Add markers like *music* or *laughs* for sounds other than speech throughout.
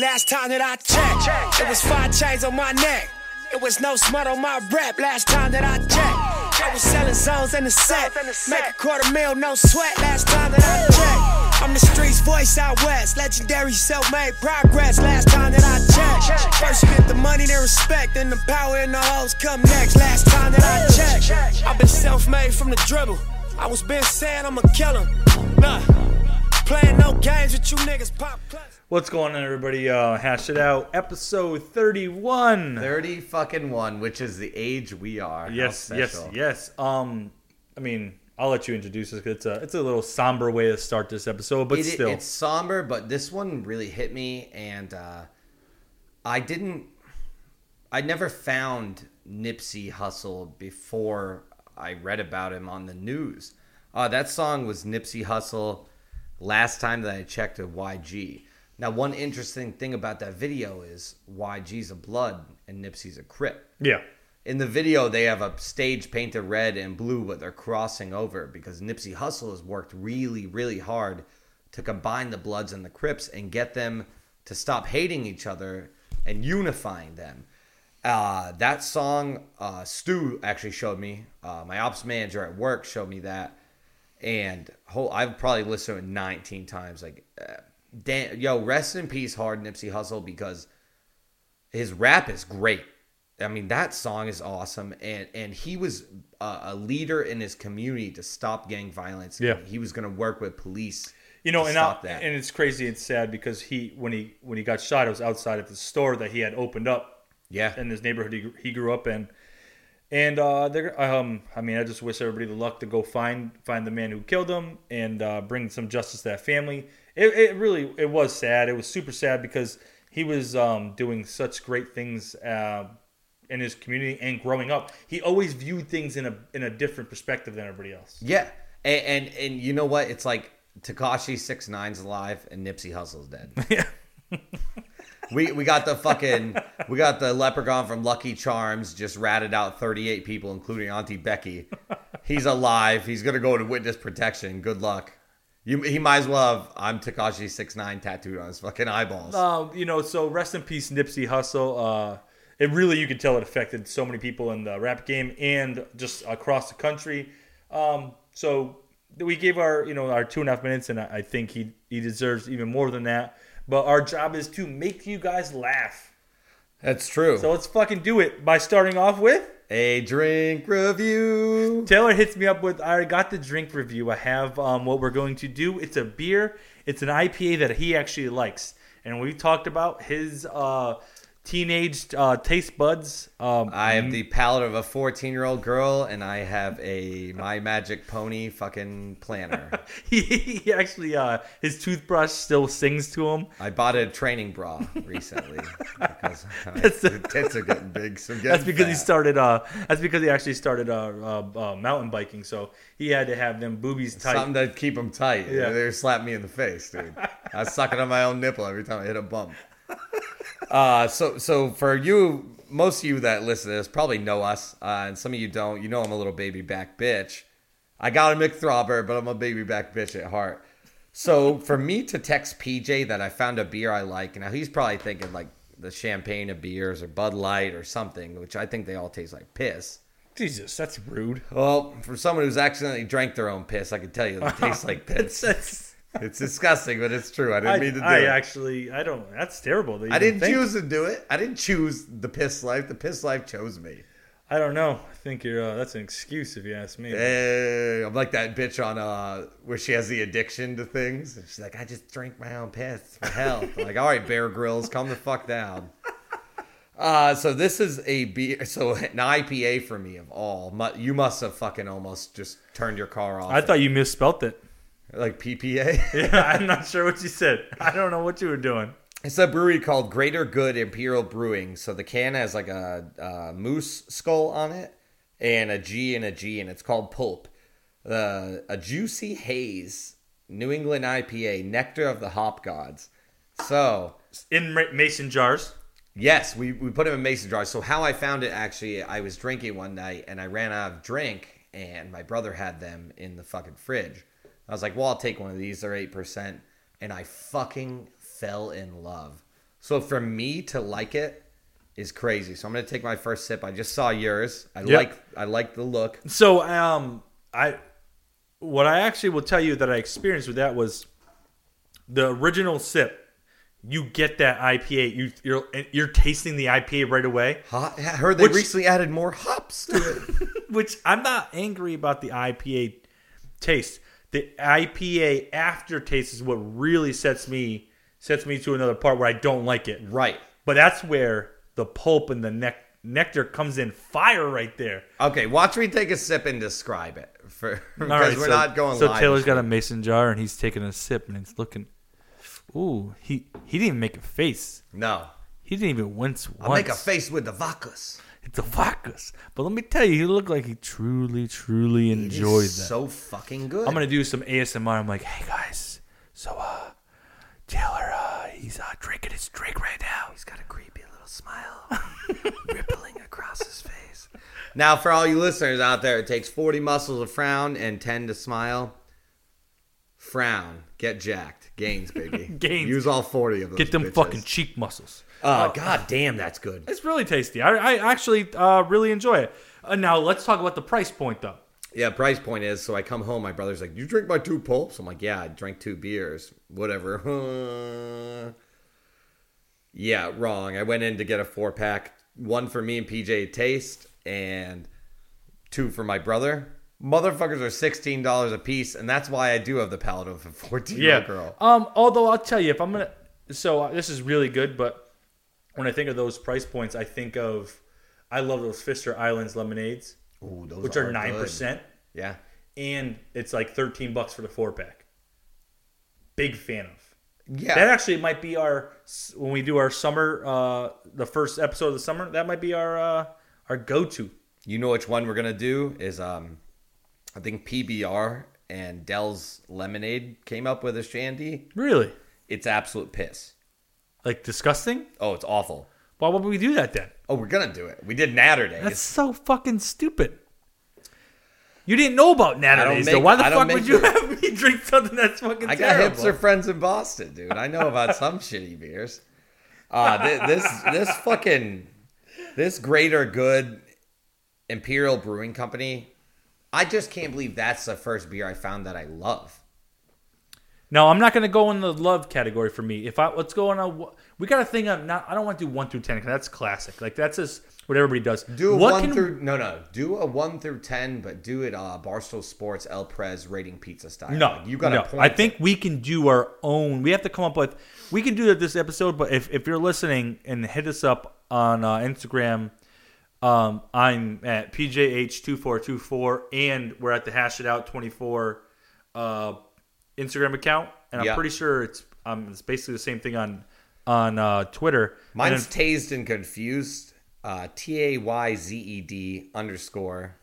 Last time that I checked, it was five chains on my neck. It was no smut on my rep. Last time that I checked, I was selling zones in the set. Make a quarter mil, no sweat. Last time that I checked, I'm the streets voice out west. Legendary self-made progress. Last time that I checked, first you get the money, then respect, then the power and the hoes come next. Last time that I checked, I've been self-made from the dribble. I was been saying I'ma kill 'em. Nah, playing no games with you niggas. Pop clutch. What's going on, everybody? Uh, hash it out. Episode thirty-one. 30 fucking one, which is the age we are. How yes, yes, special. yes. Um, I mean, I'll let you introduce this. 'cause It's a it's a little somber way to start this episode, but It- still, It's somber, but this one really hit me, and uh, I didn't. I never found Nipsey Hussle before I read about him on the news. Uh, that song was Nipsey Hussle last time that I checked a YG. Now, one interesting thing about that video is YG's a blood and Nipsey's a crip. yeah, In the video, they have a stage painted red and blue, but they're crossing over because Nipsey Hussle has worked really, really hard to combine the Bloods and the Crips and get them to stop hating each other and unifying them. Uh, that song, uh, Stu actually showed me. Uh, my ops manager at work showed me that, and whole, I've probably listened to it 19 times. Like, uh, damn, yo, rest in peace, hard Nipsey Hussle, because his rap is great. I mean, that song is awesome, and and he was a, a leader in his community to stop gang violence. Yeah. he was going to work with police. you know, to and I, stop that. and it's crazy and sad because he when he when he got shot, it was outside of the store that he had opened up yeah, in his neighborhood he, gr- he grew up in. And uh, they're, um, I mean, I just wish everybody the luck to go find find the man who killed him and uh, bring some justice to that family. It, it really it was sad. It was super sad because he was um, doing such great things uh, in his community and growing up. He always viewed things in a in a different perspective than everybody else. yeah, and and, and you know what? It's like Takashi Six Nine's alive and Nipsey Hussle's dead. Yeah. we we got the fucking we got the leprechaun from Lucky Charms just ratted out 38 people, including Auntie Becky. He's alive. He's gonna go to witness protection. Good luck. You, he might as well have I'm Takashi Six Nine tattooed on his fucking eyeballs. Um, you know, so rest in peace, Nipsey Hussle. Uh, it really, you could tell it affected so many people in the rap game and just across the country. Um, so we gave our, you know, our two and a half minutes, and I, I think he he deserves even more than that. But our job is to make you guys laugh. That's true. So let's fucking do it by starting off with a drink review. Taylor hits me up with I already got the drink review. I have um, what we're going to do. It's a beer. It's an IPA that he actually likes, and we talked about his uh, teenage uh, taste buds. Um, I have the palate of a 14 year old girl, and I have a My Magic Pony fucking *laughs* planner. *laughs* he, he actually uh, his toothbrush still sings to him. I bought a training bra recently *laughs* because *laughs* my the- tits are getting big. So That's because he started. Uh, that's because he actually started uh, uh, uh, mountain biking, so he had to have them boobies tight. something to keep them tight. Yeah. They were slapping me in the face, dude. I was sucking on my own nipple every time I hit *laughs* a bump. Uh, so so for you, most of you that listen to this probably know us, uh, and some of you don't. You know I'm a little baby back bitch. I got a McThrobber, but I'm a baby back bitch at heart. So for me to text PJ that I found a beer I like, now he's probably thinking like the champagne of beers or Bud Light or something, which I think they all taste like piss. Jesus, that's rude. Well, for someone who's accidentally drank their own piss, I can tell you it *laughs* tastes like *laughs* That's, piss. that's It's disgusting, but it's true. I didn't I, mean to do I it. actually I don't. That's terrible. that you I even didn't think- choose to do it. I didn't choose the piss life. The piss life chose me. I don't know. I think you're. Uh, that's an excuse if you ask me. Hey, Eh, I'm like that bitch on uh where she has the addiction to things. And she's like, I just drink my own piss for health. I'm like, all right, Bear Grylls, calm the fuck down. Uh, so this is a beer, so an IPA for me of all. Mu- You must have fucking almost just turned your car off. I thought you misspelt it. *laughs* like PPA. Yeah, I'm not sure what you said. I don't know what you were doing. It's a brewery called Greater Good Imperial Brewing. So the can has like a, uh moose skull on it and a G and a G, and it's called Pulp. Uh, a juicy haze, New England IPA, nectar of the hop gods. So In ma- mason jars. Yes, we, we put them in mason jars. So how I found it actually, I was drinking one night and I ran out of drink, and my brother had them in the fucking fridge. I was like, well, I'll take one of these. They're eight percent, and I fucking fell in love. So for me to like it is crazy. So I'm gonna take my first sip. I just saw yours. I Yep. like I like the look. So um, I what I actually will tell you that I experienced with that was the original sip. You get that IPA. You you're you're tasting the IPA right away. Hot. I heard they Which- recently added more hops *laughs* to it. Which I'm not angry about the IPA taste. The IPA aftertaste is what really sets me sets me to another part where I don't like it. right. But that's where the pulp and the nec- nectar comes in fire right there. Okay. Watch me take a sip and describe it for because we're not going So live. Taylor's got a mason jar and he's taking a sip and he's looking. Ooh, he he didn't even make a face. no. He didn't even wince once. I'll make a face with the vodkas. It's a vodkas. But let me tell you, he looked like he truly, truly It is enjoyed that. So fucking good. I'm gonna do some ASMR. I'm like, hey guys, so uh, Taylor, uh, he's uh drinking his drink right now. He's got a creepy little smile. *laughs* rippling across his face. Now, for all you listeners out there, it takes 40 muscles to frown and 10 to smile. Frown, get jacked, gains, baby. *laughs* Gains. Use all 40 of them. Get them fucking Oh. cheek muscles. Uh, God damn, that's good. It's really tasty. I, I actually uh, really enjoy it. Uh, now let's talk about the price point though. Yeah, price point is so I come home, my brother's like, "You drink my two pulps?" I'm like, "Yeah, I drank two beers, whatever." *laughs* yeah, wrong. I went in to get a four pack, one for me and PJ to taste, and two for my brother. Motherfuckers are sixteen dollars a piece, and that's why I do have the palate of a fourteen year old girl. Um, although I'll tell you, if I'm gonna, so uh, this is really good, but when I think of those price points, I think of, I love those Fister Islands lemonades, Ooh, those which are good. nine percent, Yeah, and it's like thirteen bucks for the four pack. Big fan of. yeah. That actually might be our when we do our summer, uh, the first episode of the summer. That might be our uh, our go to. you know which one we're gonna do is um I think PBR and Dell's Lemonade came up with a shandy. Really, It's absolute piss. like disgusting. Oh, it's awful. Why would we do that then? Oh, we're gonna do it. We did Natter Days. That's so fucking stupid. You didn't know about I don't Natterdays, though. make- Why the I don't fuck make would you the- have me *laughs* drink something that's fucking I got terrible? hipster friends in Boston, dude. I know about some *laughs* shitty beers. Uh, thi- this this fucking this greater good Imperial Brewing Company. I just can't believe that's the first beer I found that I love. No, I'm not gonna go in the love category for me. If I let's go on a wh- we got a thing of not. I don't want to do one through ten 'cause that's classic. Like that's just what everybody does. Do a what one through no no. Do a one through ten, but do it uh, Barstool Sports El Pres rating pizza style. No, Like, you got no. a point. I think we can do our own. We have to come up with. We can do that this episode, but if, if you're listening and hit us up on uh, Instagram, um, I'm at pjh2424, and we're at the hash it out 24 uh, Instagram account, and Yeah. I'm pretty sure it's um, it's basically the same thing on on uh, Twitter. And Mine's then- Tazed and Confused. Uh, T A Y Z E D underscore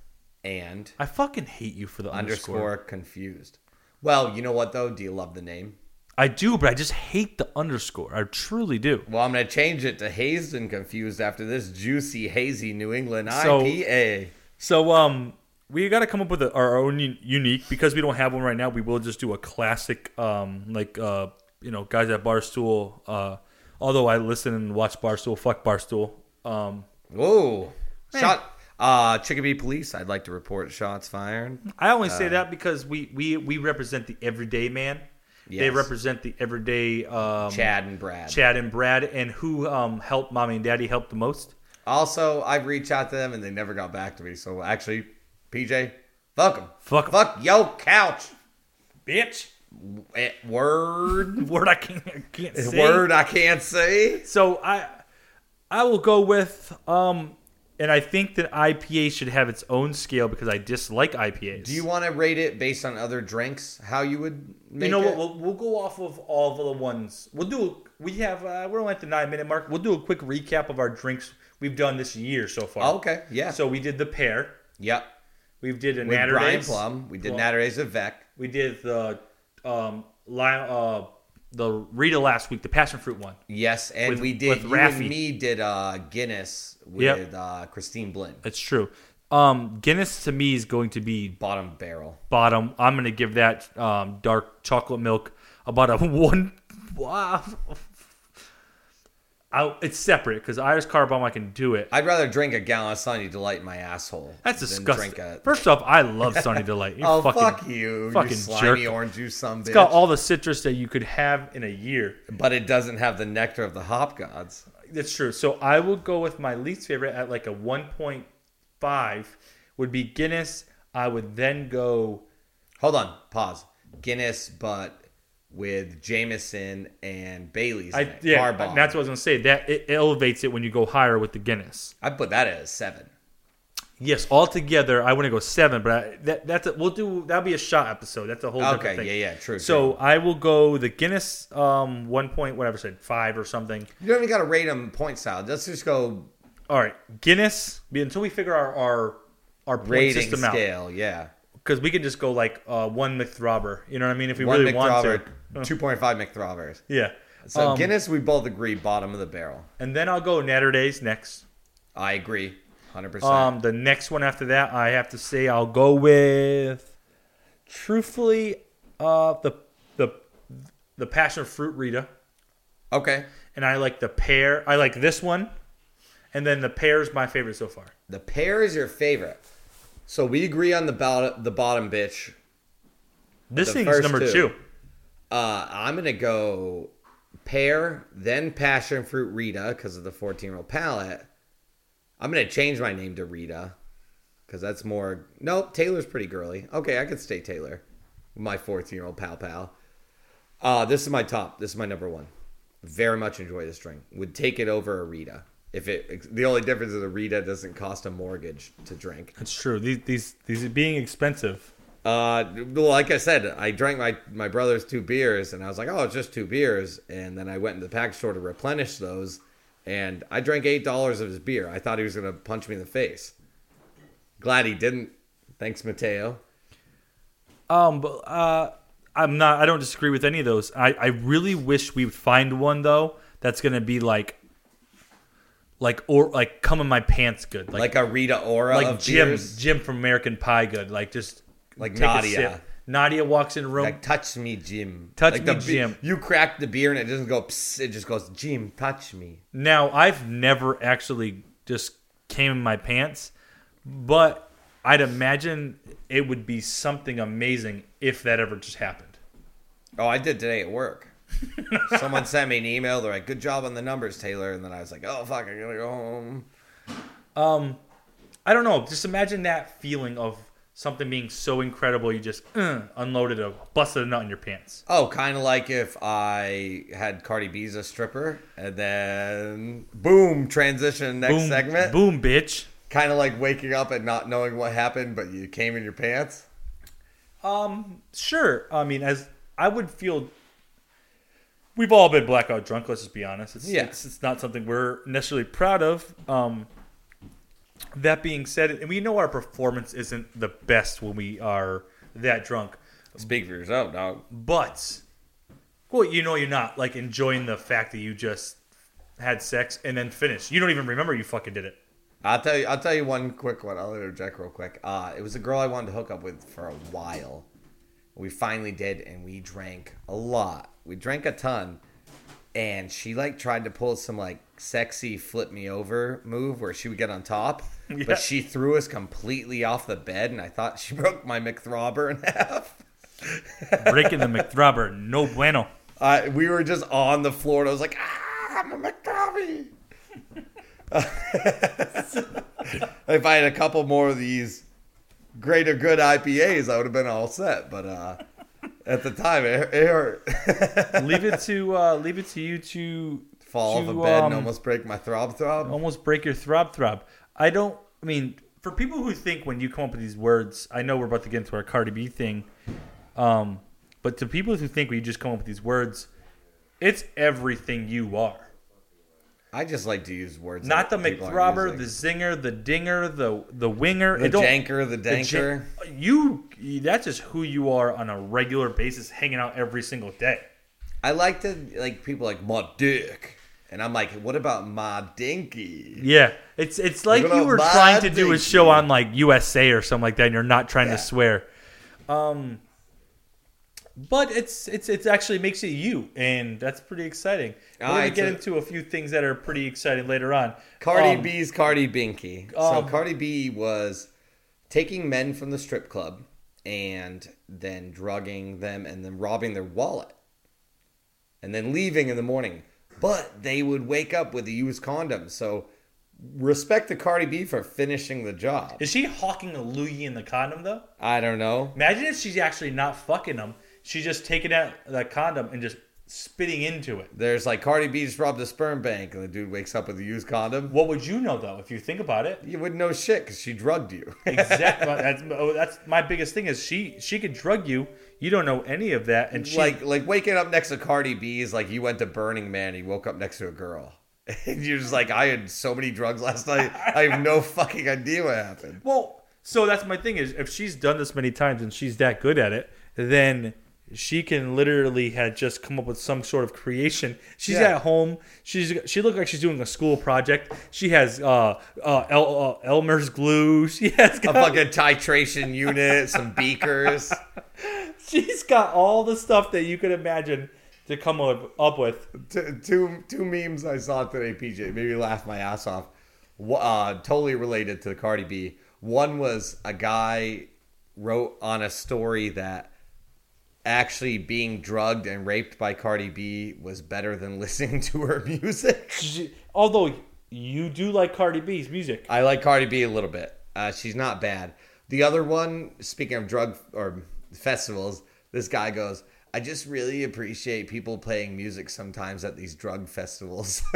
and I fucking hate you for the underscore. underscore. confused. Well, you know what though? Do you love the name? I do, but I just hate the underscore. I truly do. Well, I'm gonna change it to hazed and confused after this juicy, hazy New England So- IPA. So um, we got to come up with a, our own u- unique because we don't have one right now. We will just do a classic um, like uh, you know, guys at Barstool. Uh, although I listen and watch Barstool, fuck Barstool. Um, Whoa! Shot. Uh, Chickabee Police. I'd like to report shots fired. I only Uh. say that because we we we represent the everyday man. They Yes. represent the everyday um, Chad and Brad. Chad and Brad, and who um, helped mommy and daddy help the most. Also, I've reached out to them and they never got back to me. So actually, PJ, fuck them. Fuck 'em. Fuck yo couch. Bitch, Eh, Word. word I can't, I can't say. Word I can't say. So I I will go with um and I think that IPA should have its own scale because I dislike IPAs. Do you want to rate it based on other drinks? How you would make You know it? what? We'll, we'll go off of all of the ones. We'll do. We have. Uh, we're only at the nine minute mark. We'll do a quick recap of our drinks we've done this year so far. Oh, okay. Yeah. So we did the pear. yep. We did a With Brian Natterdays. Plum, we did Plum. Natterdays of Vec. We did the um lime, uh the Rita last week, the passion fruit one. Yes, and With- we with did. You Raffi. and me did uh, Guinness with Yep. uh, Christine Blinn. That's true. Um, Guinness to me is going to be Bottom barrel. bottom. I'm gonna give that um, *laughs* dark chocolate milk about a one. Wow. I, it's separate because Irish car bomb I can do it. I'd rather drink a gallon of Sunny Delight in my asshole. That's than disgusting. Drink a, First off, I love Sunny Delight. You *laughs* oh fucking, fuck you, fucking you slimy jerk. orange juice, some It's got all the citrus that you could have in a year. but it doesn't have the nectar of the hop gods. That's true. So I will go with my least favorite at like a 1.5 would be Guinness. I would then go Hold on, pause. Guinness, but with Jameson and Bailey's. in I it. yeah, Car bomb. that's what I was gonna say. That it elevates it when you go higher with the Guinness. I put that at a seven. Yes, altogether I wouldn't go seven, but I, that that's a, we'll do that'll be a shot episode. That's a whole Okay, different thing. yeah, yeah, true, So I will go the Guinness um one point whatever I said five or something. You don't even got to rate them point style. Let's just go All right, Guinness until we figure our our our point rating system out scale. Yeah, because we can just go like uh, one McThrobber. You know what I mean? If we one really want McThrobber, to. *laughs* two point five McThrobbers. *laughs* Yeah. So Um, Guinness, we both agree, bottom of the barrel. and then I'll go Natterdays next. I agree, hundred percent. Um, the next one after that, I have to say I'll go with, truthfully, uh, the the the passion fruit Rita, Okay, and I like the pear. I like this one, and then the pear is my favorite so far. the pear is your favorite. So we agree on the bottom, the bottom bitch. This The thing is first number two. two. Uh, I'm gonna go pear, then passion fruit Rita because of the 14 year old palate. I'm gonna change my name to Rita because that's more. Nope, Taylor's pretty girly. Okay, I could stay Taylor, my 14 year old pal pal. Uh, this is my top. This is my number one. Very much enjoy this drink. Would take it over a Rita if it. The only difference is a Rita doesn't cost a mortgage to drink. That's true. These these these are being expensive. Uh, well, like I said, I drank my my brother's two beers, and I was like, "Oh, it's just two beers." And then I went into the pack store to replenish those, and I drank eight dollars of his beer. I thought he was gonna punch me in the face. Glad he didn't. Thanks, Mateo. Um, but uh, I'm not. I don't disagree with any of those. I I really wish we would find one though that's gonna be like. Like or like come in my pants good Like a Rita Ora like of Jim, beers. Jim from American Pie, good. Like just Like take a Nadia. sip. Nadia walks in the room. Like touch me, Jim. Touch Like me, the be- Jim. You crack the beer, and it doesn't go. Psst, it just goes, Jim, touch me. now I've never actually just came in my pants, but I'd imagine it would be something amazing if that ever just happened. Oh, I did today *laughs* at work. Someone sent me an email. They're like, "Good job on the numbers, Taylor." And then I was like, "Oh fuck, I gotta go home." I don't know. Just imagine that feeling of something being so incredible you just uh, unloaded a busted a nut in your pants. Oh, kind of like if I had Cardi B's a stripper, and then boom, transition next Boom, segment. boom, bitch. Kind of like waking up and not knowing what happened, but you came in your pants. Um, sure. I mean, as I would feel, we've all been blackout drunk. Let's just be honest. It's, Yeah. it's, it's not something we're necessarily proud of. Um, that being said, and we know our performance isn't the best when we are that drunk, Speak for yourself, dog. but well, you know, you're not like enjoying the fact that you just had sex and then finished. You don't even remember you fucking did it. I'll tell you. I'll tell you one quick one. I'll interject real quick. Uh, it was a girl I wanted to hook up with for a while. We finally did, and we drank a lot. We drank a ton, and she like tried to pull some like sexy flip me over move where she would get on top, Yeah. but she threw us completely off the bed, and I thought she *laughs* broke my McThrobber in half. Breaking the McThrobber, no bueno. I we were just on the floor, and I was like, ah, I'm a McThrobby. *laughs* if I had a couple more of these greater good IPAs, I would have been all set. But uh, at the time, it, it hurt. *laughs* leave it to uh, leave it to you to Fall off a to, bed um, and almost break my throb throb. almost break your throb throb. I don't. I mean, for people who think when you come up with these words, I know we're about to get into our Cardi B thing, um, but to people who think we just come up with these words, it's everything you are. I just like to use words. Not the that people aren't McThrobber, the using. zinger, the dinger, the the winger, the It don't- janker, the the jan- danker. you that's just who you are on a regular basis, hanging out every single day. I like to like people like my dick, and I'm like, what about my dinky? Yeah, it's it's like Look at you were my trying to do a dick, show on like USA or something like that, and you're not trying Yeah. to swear. Um, But it's it's it's actually makes it you, and that's pretty exciting. We're Ah, gonna it's get a- into a few things that are pretty exciting later on. Cardi Um, B's Cardi Binky. um, so Cardi B was taking men from the strip club and then drugging them and then robbing their wallet and then leaving in the morning. But they would wake up with a used condom. So respect to Cardi B for finishing the job. Is she hawking a loogie in the condom though? I don't know. Imagine if she's actually not fucking him. She's just taking out that condom and just spitting into it. There's like Cardi B just robbed a sperm bank and the dude wakes up with a used condom. What would you know though if you think about it? You wouldn't know shit because she drugged you. *laughs* Exactly. that's, oh, that's my biggest thing is she she could drug you. You don't know any of that, and she like like waking up next to Cardi B is like you went to Burning Man and you woke up next to a girl. *laughs* And you're just like, I had so many drugs last night. I have *laughs* no fucking idea what happened. Well, so that's my thing is if she's done this many times and she's that good at it, then she can literally had just come up with some sort of creation. She's Yeah. at home. She's she looked like she's doing a school project. She has uh, uh, El, uh Elmer's glue. *laughs* She has A got, fucking titration unit, some beakers. she's got all the stuff that you could imagine to come up, up with. T- two two memes I saw today, PJ, made me laugh my ass off. Wha- Uh, totally related to Cardi B. One was a guy wrote on a story that actually being drugged and raped by Cardi B was better than *laughs* listening to her music. She- although you do like Cardi B's music. I like Cardi B a little bit. Uh, she's not bad. The other one, speaking of drug or festivals, this guy goes, I just really appreciate people playing music sometimes at these drug festivals. *laughs*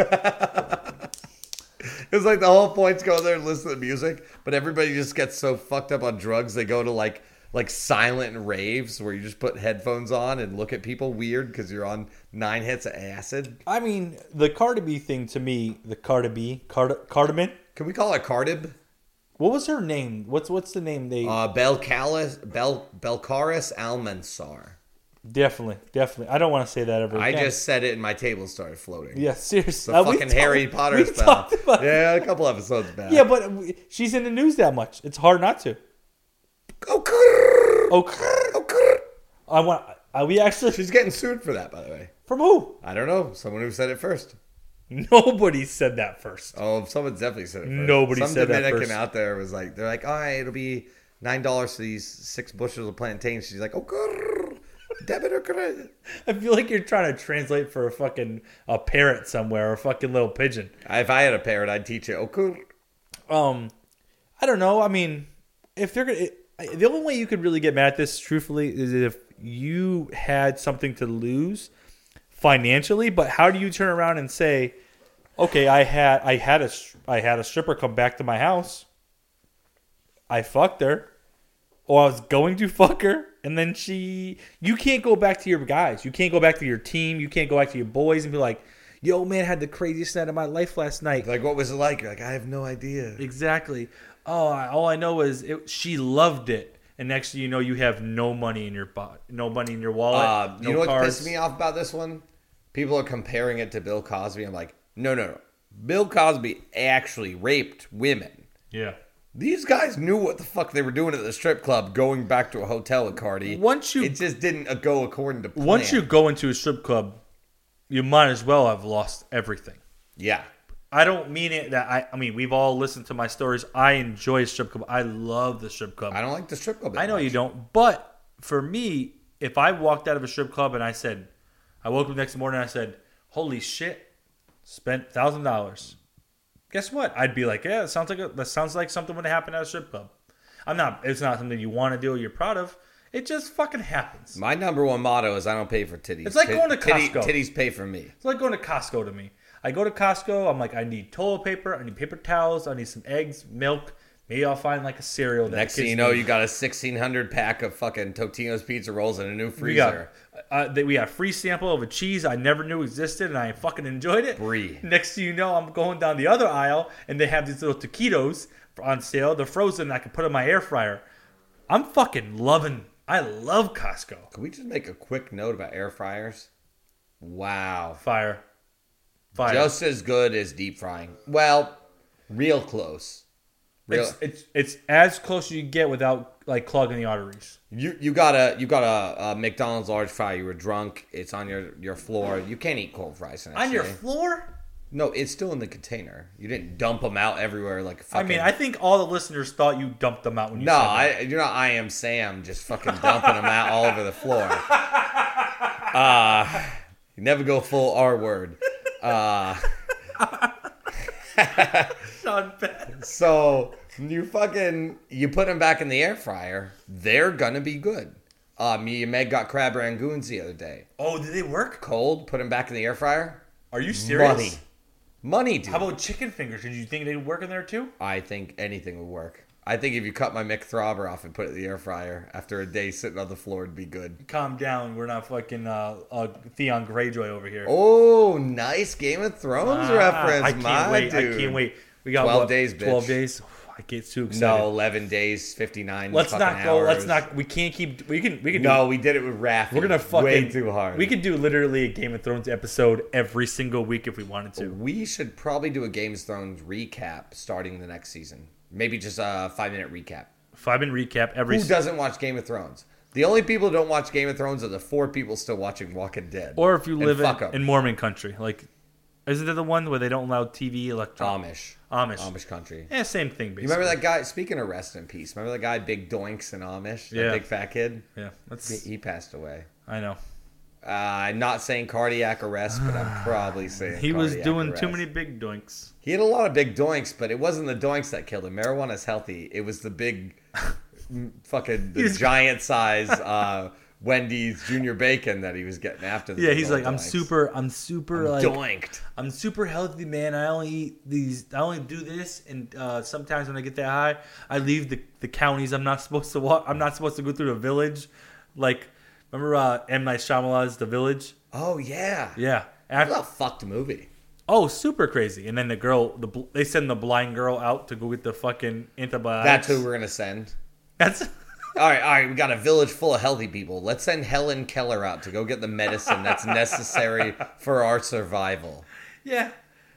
it's like the whole point's go there and listen to music, but everybody just gets so fucked up on drugs they go to like like silent raves where you just put headphones on and look at people weird because you're on nine hits of acid. I mean, the Cardi B thing to me, the Cardi B, Card- Cardamon. Can we call it Cardib? What was her name? What's what's the name they? Uh, Belcalis, Bel, Belcaris Almansar. Definitely, definitely. I don't want to say that ever I again. just said it and my table started floating. yeah, It's a seriously. Uh, we fucking Harry talked- Potter we spell. talked about- yeah. Yeah, a couple episodes back. but we- she's in the news that much. It's hard not to. Oh, grrr. Oh, crrr. Oh, grrr. I want. Are we actually She's getting sued for that, by the way. from who? I don't know. Someone who said it first. Nobody said that first. Oh, someone definitely said it first. Nobody Some said that Dominican first. out there was like, they're like, all right, it'll be $9 for these six bushels of plantains. She's like, oh, grrr. debit or credit. I feel like you're trying to translate for a fucking a parrot somewhere or a fucking little pigeon. If I had a parrot, I'd teach it. Oh, grrr. Um, I don't know. I mean, if they're gonna, it, the only way you could really get mad at this, truthfully, is if you had something to lose financially. But how do you turn around and say, okay, I had, I had a, s- I had a stripper come back to my house. I fucked her, or I was going to *laughs* fuck her, and then she. You can't go back to your guys. You can't go back to your team. You can't go back to your boys and be like, "Yo, man, I had the craziest night of my life last night." Like, what was it like? You're like, I have no idea. Exactly. Oh, I, all I know is it, she loved it, and next thing you know, you have no money in your bo- no money in your wallet, Uh, no you know what cards. pissed me off about this one? People are comparing it to Bill Cosby. I'm like, no, no, no. Bill Cosby actually raped women. Yeah. These guys knew what the fuck they were doing at the strip club, going back to a hotel with Cardi. Once you- it just didn't uh, go according to plan. Once you go into a strip club, you might as well have lost everything. yeah, I don't mean it that I. I mean, we've all listened to my stories. I enjoy a strip club. I love the strip club. I don't like the strip club. I know you don't, but for me, if I walked out of a strip club and I said, I woke up next morning and I said, "Holy shit, spent thousand dollars," guess what? I'd be like, "Yeah, that sounds like a, that sounds like something would happen at a strip club." I'm not. It's not something you want to do or you're proud of. It just fucking happens. My number one motto is I don't pay for titties. It's like Tit- going to titty- Costco. titties pay for me. It's like going to Costco to me. I go to Costco. I'm like, I need toilet paper. I need paper towels. I need some eggs, milk. Maybe I'll find like a cereal. That Next thing kids you know, need. you got a 1600 pack of fucking Totino's pizza rolls and a new We freezer. got, uh, they, we got a free sample of a cheese I never knew existed, and I fucking enjoyed it. Brie. Next thing you know, I'm going down the other aisle, and they have these little taquitos on sale. They're frozen. I can put in my air fryer. I'm fucking loving. I love Costco. Can we just make a quick note about air fryers? Wow. Fire, fire. Just as good as deep frying. Well, real close. Real- It's, it's it's as close as you get without like clogging the arteries. You you got a you got a, a McDonald's large fry. You were drunk. It's on your, your floor. You can't eat cold fries. the next day. floor? no, it's still in the container. You didn't dump them out everywhere like I fucking. mean, I think all the listeners thought you dumped them out when you no, said that. I you're not. I am Sam, just fucking dumping them out all over the floor. Uh, you never go full R word. Uh, *laughs* Not bad. So you fucking you put them back in the air fryer. They're gonna be good. Uh, me and Meg got crab rangoons the other day. Oh, did they work? Cold, put them back in the air fryer. Are you serious? Money, money, dude. How about chicken fingers? Did you think they'd work in there too? I think anything would work. I think if you cut my McThrobber off and put it in the air fryer after a day sitting on the floor, it'd be good. Calm down. We're not fucking uh, uh, Theon Greyjoy over here. Oh, nice Game of Thrones Ah, reference, I can't my wait. dude. I can't wait. We got 12 what, days, bitch. Twelve days. I get too excited. No, eleven days, fifty nine. let's not go. Let's not. We can't keep. We can. We can. No, do, we did it with Raph. we're gonna fucking way too hard. We could do literally a Game of Thrones episode every single week if we wanted to. We should probably do a Game of Thrones recap starting the next season. Maybe just a five minute recap. Five minute recap every. Who se- doesn't watch Game of Thrones? The only people who don't watch Game of Thrones are the four people still watching Walking Dead. Or if you And live fuck in, 'em. in Mormon country, like, isn't it the one where they don't allow TV, electronic? Amish. Amish. Amish country. Yeah, same thing. Basically. You remember that guy? Speaking of rest in peace, remember that guy, Big Doinks in Amish? That Yeah. big fat kid? Yeah, He- that's. He passed away. I know. Uh, I'm not saying cardiac arrest, but *sighs* I'm probably saying He was cardiac doing too arrest. many big doinks. He had a lot of big doinks, but it wasn't the doinks that killed him. Marijuana's healthy. It was the big, m- fucking the He's- *laughs* giant size uh, Wendy's Junior Bacon that he was getting after. The Yeah, big he's old like, I'm doinks." super, I'm super like, doinked. I'm super healthy, man. I only eat these, I only do this, and uh, sometimes when I get that high, I leave the, the counties. I'm not supposed to walk. I'm not supposed to go through the village. Like, remember uh, M Night Shyamalan's The Village? Oh yeah, Yeah. What a After, fucked movie. oh, super crazy. And then the girl, the bl- they send the blind girl out to go get the fucking antibiotics. That's who we're gonna send. *laughs* That's All right, all right. We got a village full of healthy people. Let's send Helen Keller out to go get the medicine that's necessary for our survival. yeah.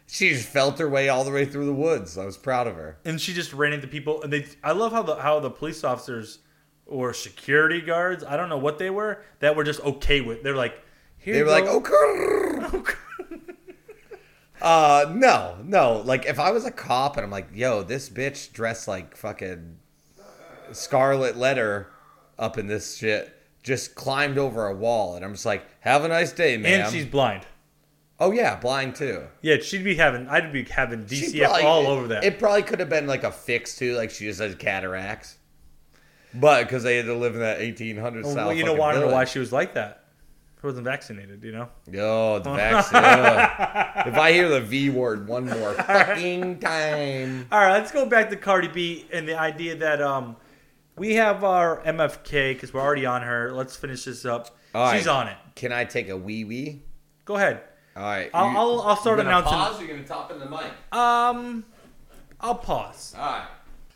She just felt her way all the way through the woods. I was proud of her. and she just ran into people and they i love how the how the police officers or security guards i don't know what they were that were just okay with they're like here They you were like, "Oh, go. okay. Uh, no, no. Like, if I was a cop and I'm like, yo, this bitch dressed like fucking Scarlet Letter up in this shit, just climbed over a wall, and I'm just like, have a nice day, and man. she's blind oh yeah, blind too. yeah she'd be having i'd be having She dcf probably- all over that It probably could have been like a fix too, like she just has cataracts. But because they had to live in that 1800 Well, style, you know fucking why i don't know why village. she was like that she wasn't vaccinated you know Yo, Oh. the vaccine. Ugh. if I *laughs* hear the V word one more fucking time. all right let's go back to cardi b and the idea that um we have our mfk because we're already on her let's finish this up All she's right. on it Can I take a wee wee? go ahead All right. I'll- I'll- I'll start gonna announcing- Pause, or you're going to top in the mic. All um i'll pause right.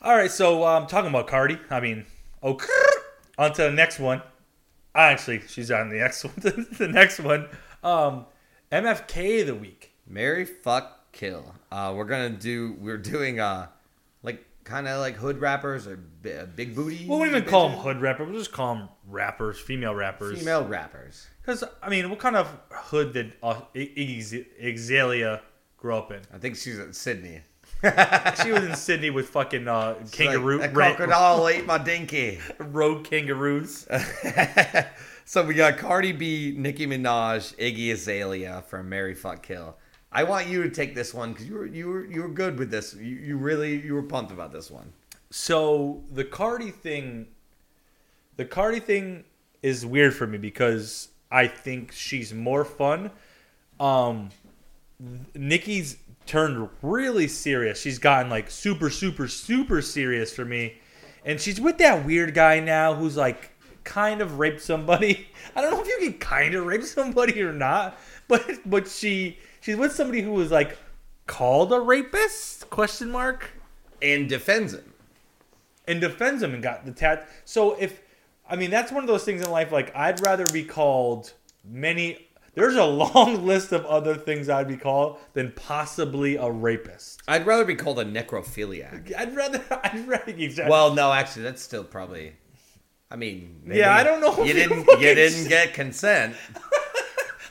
All right, so um, talking about Cardi, I mean, okay, *laughs* on to the next one. Actually, she's on the next *laughs* one. the next one, um, MFK of the week. Mary fuck kill. Uh, we're going to do, we're doing uh, like kind of like hood rappers or bi- uh, big booty. We won't even call them bitches. hood rapper. We'll just call them rappers, female rappers. Female rappers. Because I mean, what kind of hood did uh, I- Iggy Z- Azalea grow up *laughs* in? I think she's in Sydney. She was in Sydney with fucking uh, She's like, kangaroo, that ra- crocodile ate my dinky. rogue kangaroos. so we got Cardi B, Nicki Minaj, Iggy Azalea from Mary Fuck Kill. I want you to take this one because you were you were you were good with this. You, you really you were pumped about this one. So the Cardi thing, the Cardi thing is weird for me because I think she's more fun. Um, Nikki's turned really serious. She's gotten like super, super, super serious for me, and she's with that weird guy now who's like kind of raped somebody. *laughs* I don't know if you can kind of rape somebody or not, but but she she's with somebody who was like called a rapist question mark And defends him. and defends him and got the tat. So if I mean that's one of those things in life. Like I'd rather be called many. There's a long *laughs* list of other things I'd be called than possibly a rapist. I'd rather be called a necrophiliac. I'd rather, *laughs* I'd rather exactly. Well, no, actually, that's still probably. I mean, they Yeah, I didn't- don't know if You you didn't. would. You didn't get consent.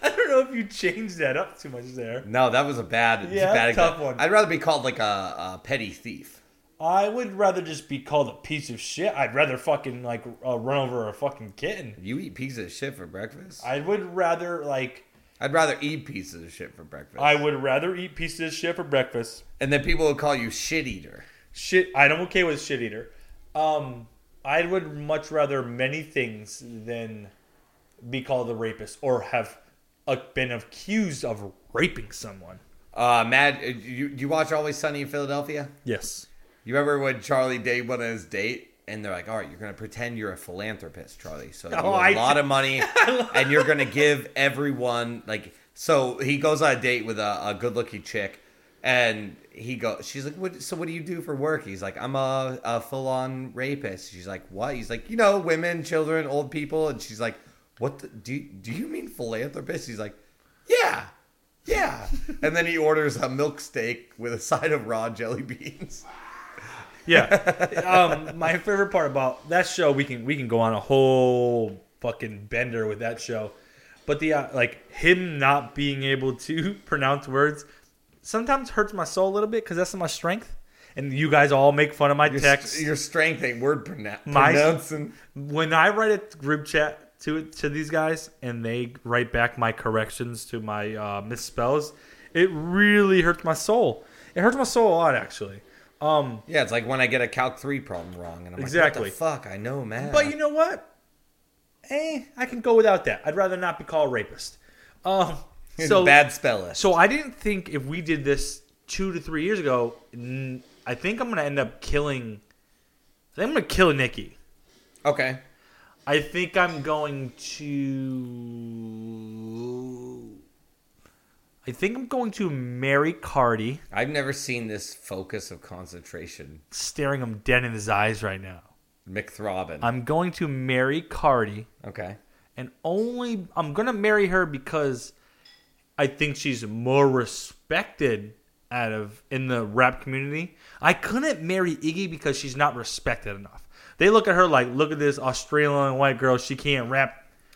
I don't know if you changed that up too much there. No, that was a bad, Yeah, bad tough example. one. I'd rather be called like a, a petty thief. I would rather just be called a piece of shit. I'd rather fucking like uh, run over a fucking kitten. You eat pieces of shit for breakfast. I, I would rather like would rather eat pieces of shit for breakfast. I would rather eat pieces of shit for breakfast. and then people would call you shit eater. Shit, I'm okay with shit eater. Um, I would much rather many things than be called a rapist or have uh, been accused of raping someone. Uh, Mad, you, you watch Always Sunny in Philadelphia? Yes. You remember when Charlie Day went on his date? And they're like, all right, you're going to pretend you're a philanthropist, Charlie. So you have Oh, a I- *laughs* lot of money and you're going to give everyone, like, so he goes on a date with a, a good looking chick. And he goes, she's like, what, so what do you do for work? He's like, I'm a, a full on rapist. She's like, what? He's like, you know, women, children, old people. And she's like, what the, do, do you mean philanthropist? He's like, yeah, yeah. and then he orders a milk steak with a side of raw jelly beans. Yeah. *laughs* um, my favorite part about that show, we can we can go on a whole fucking bender with that show, but the uh, like him not being able to *laughs* pronounce words sometimes hurts my soul a little bit because that's my strength. And you guys all make fun of my Your, text. your strength ain't word pronoun- My- pronouncing. when I write a group chat to to these guys and they write back my corrections to my uh, misspells, it really hurts my soul. It hurts my soul a lot, actually. Um, Yeah, it's like when I get a Calc 3 problem wrong and I'm Exactly. like, what the fuck? I know, man. but you know what? Eh, I can go without that. I'd rather not be called rapist. Um, so bad spelling. So I didn't think if we did this two to three years ago, n- I think I'm gonna end up killing. I think I'm gonna kill Nikki. Okay. I think I'm going to. I think I'm going to marry Cardi, I've never seen this focus of concentration. staring him dead in his eyes right now. McThrobbin. I'm going to marry Cardi, okay. and only I'm going to marry her because I think she's more respected out of in the rap community. I couldn't marry Iggy because she's not respected enough. They look at her like, look at this Australian white girl. She can't rap.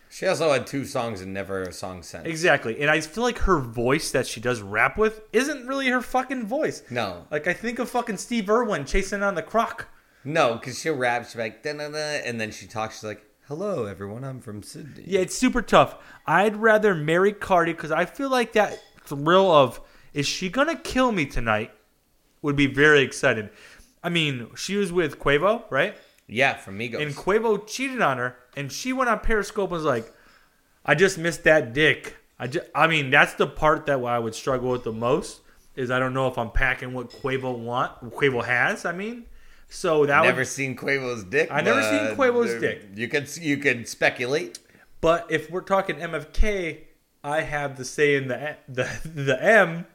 She also had two songs and never a song sent. Exactly. And I feel like her voice that she does rap with isn't really her fucking voice. No. Like I think of fucking Steve Irwin chasing on the croc. No, because she'll rap, she'll be like, da-na-na, and then she talks, she's like, hello, everyone, I'm from Sydney. Yeah, it's super tough. I'd rather marry Cardi because I feel like that thrill of is she gonna kill me tonight would be very exciting. I mean, she was with Quavo, right? Yeah, from Migos. And Quavo cheated on her, and she went on Periscope and was like, "I just missed that dick." I just, I mean, that's the part that I would struggle with the most is I don't know if I'm packing what Quavo want, Quavo has. I mean, so that never would, seen Quavo's dick. I never seen but Quavo's there- dick. You could you could speculate. but if we're talking MFK, I have the say in the the *laughs* the M.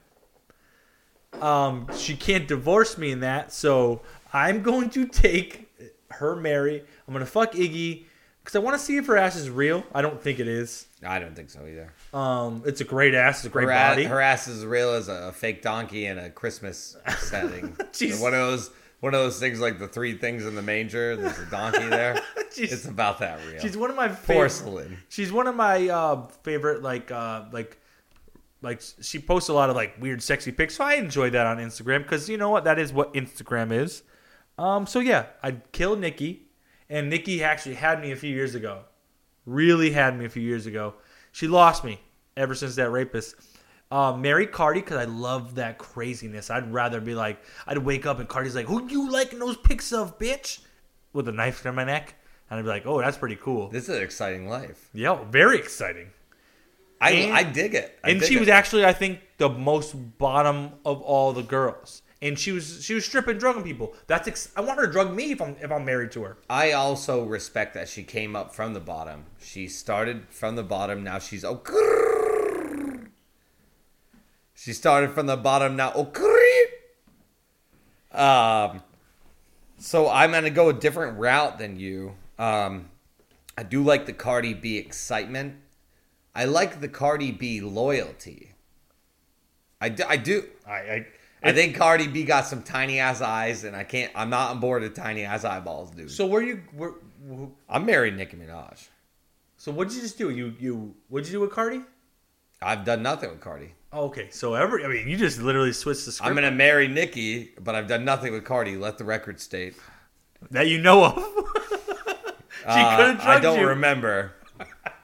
Um, she can't divorce me in that, so I'm going to take her Mary. I'm gonna fuck Iggy because I want to see if her ass is real. I don't think it is. I don't think so either. Um, it's a great ass. It's a great her, ass, body. her ass is real as a fake donkey in a Christmas *laughs* setting. Jeez. One of those one of those things like the three things in the manger. There's a donkey there. *laughs* Jeez. It's about that real. she's one of my favorite. porcelain. She's one of my uh, favorite. Like, uh, like, like she posts a lot of like weird, sexy pics. So I enjoy that on Instagram because you know what? That is what Instagram is. Um, so yeah, I'd kill Nikki, and Nikki actually had me a few years ago. Really had me a few years ago. She lost me ever since that rapist. Uh, marry Cardi because I love that craziness. I'd rather be like, I'd wake up and Cardi's like, "Who you liking those pics of, bitch?" With a knife through my neck, and I'd be like, "Oh, that's pretty cool." This is an exciting life. Yeah, very exciting. I And- I dig it. I and dig she it. was actually, I think, the most bottom of all the girls. And she was she was stripping, drugging people. That's ex- I want her to drug me if I'm if I'm married to her. I also respect that she came up from the bottom. She started from the bottom. Now she's oh. grrr. She started from the bottom. Now oh. grrr. Um, so I'm gonna go a different route than you. Um, I do like the Cardi B excitement. I like the Cardi B loyalty. I do. I, do. I, I, I think Cardi B got some tiny ass eyes, and I can't. I'm not on board with tiny ass eyeballs, dude. so where you where, wh- I'm married Nicki Minaj. so what did you just do? You you what did you do with Cardi? I've done nothing with Cardi. Oh, okay, so every I mean you just literally switched the script I'm gonna marry Nicki, but I've done nothing with Cardi. Let the record state. that you know of. *laughs* she Uh, could have I drugged don't you. remember.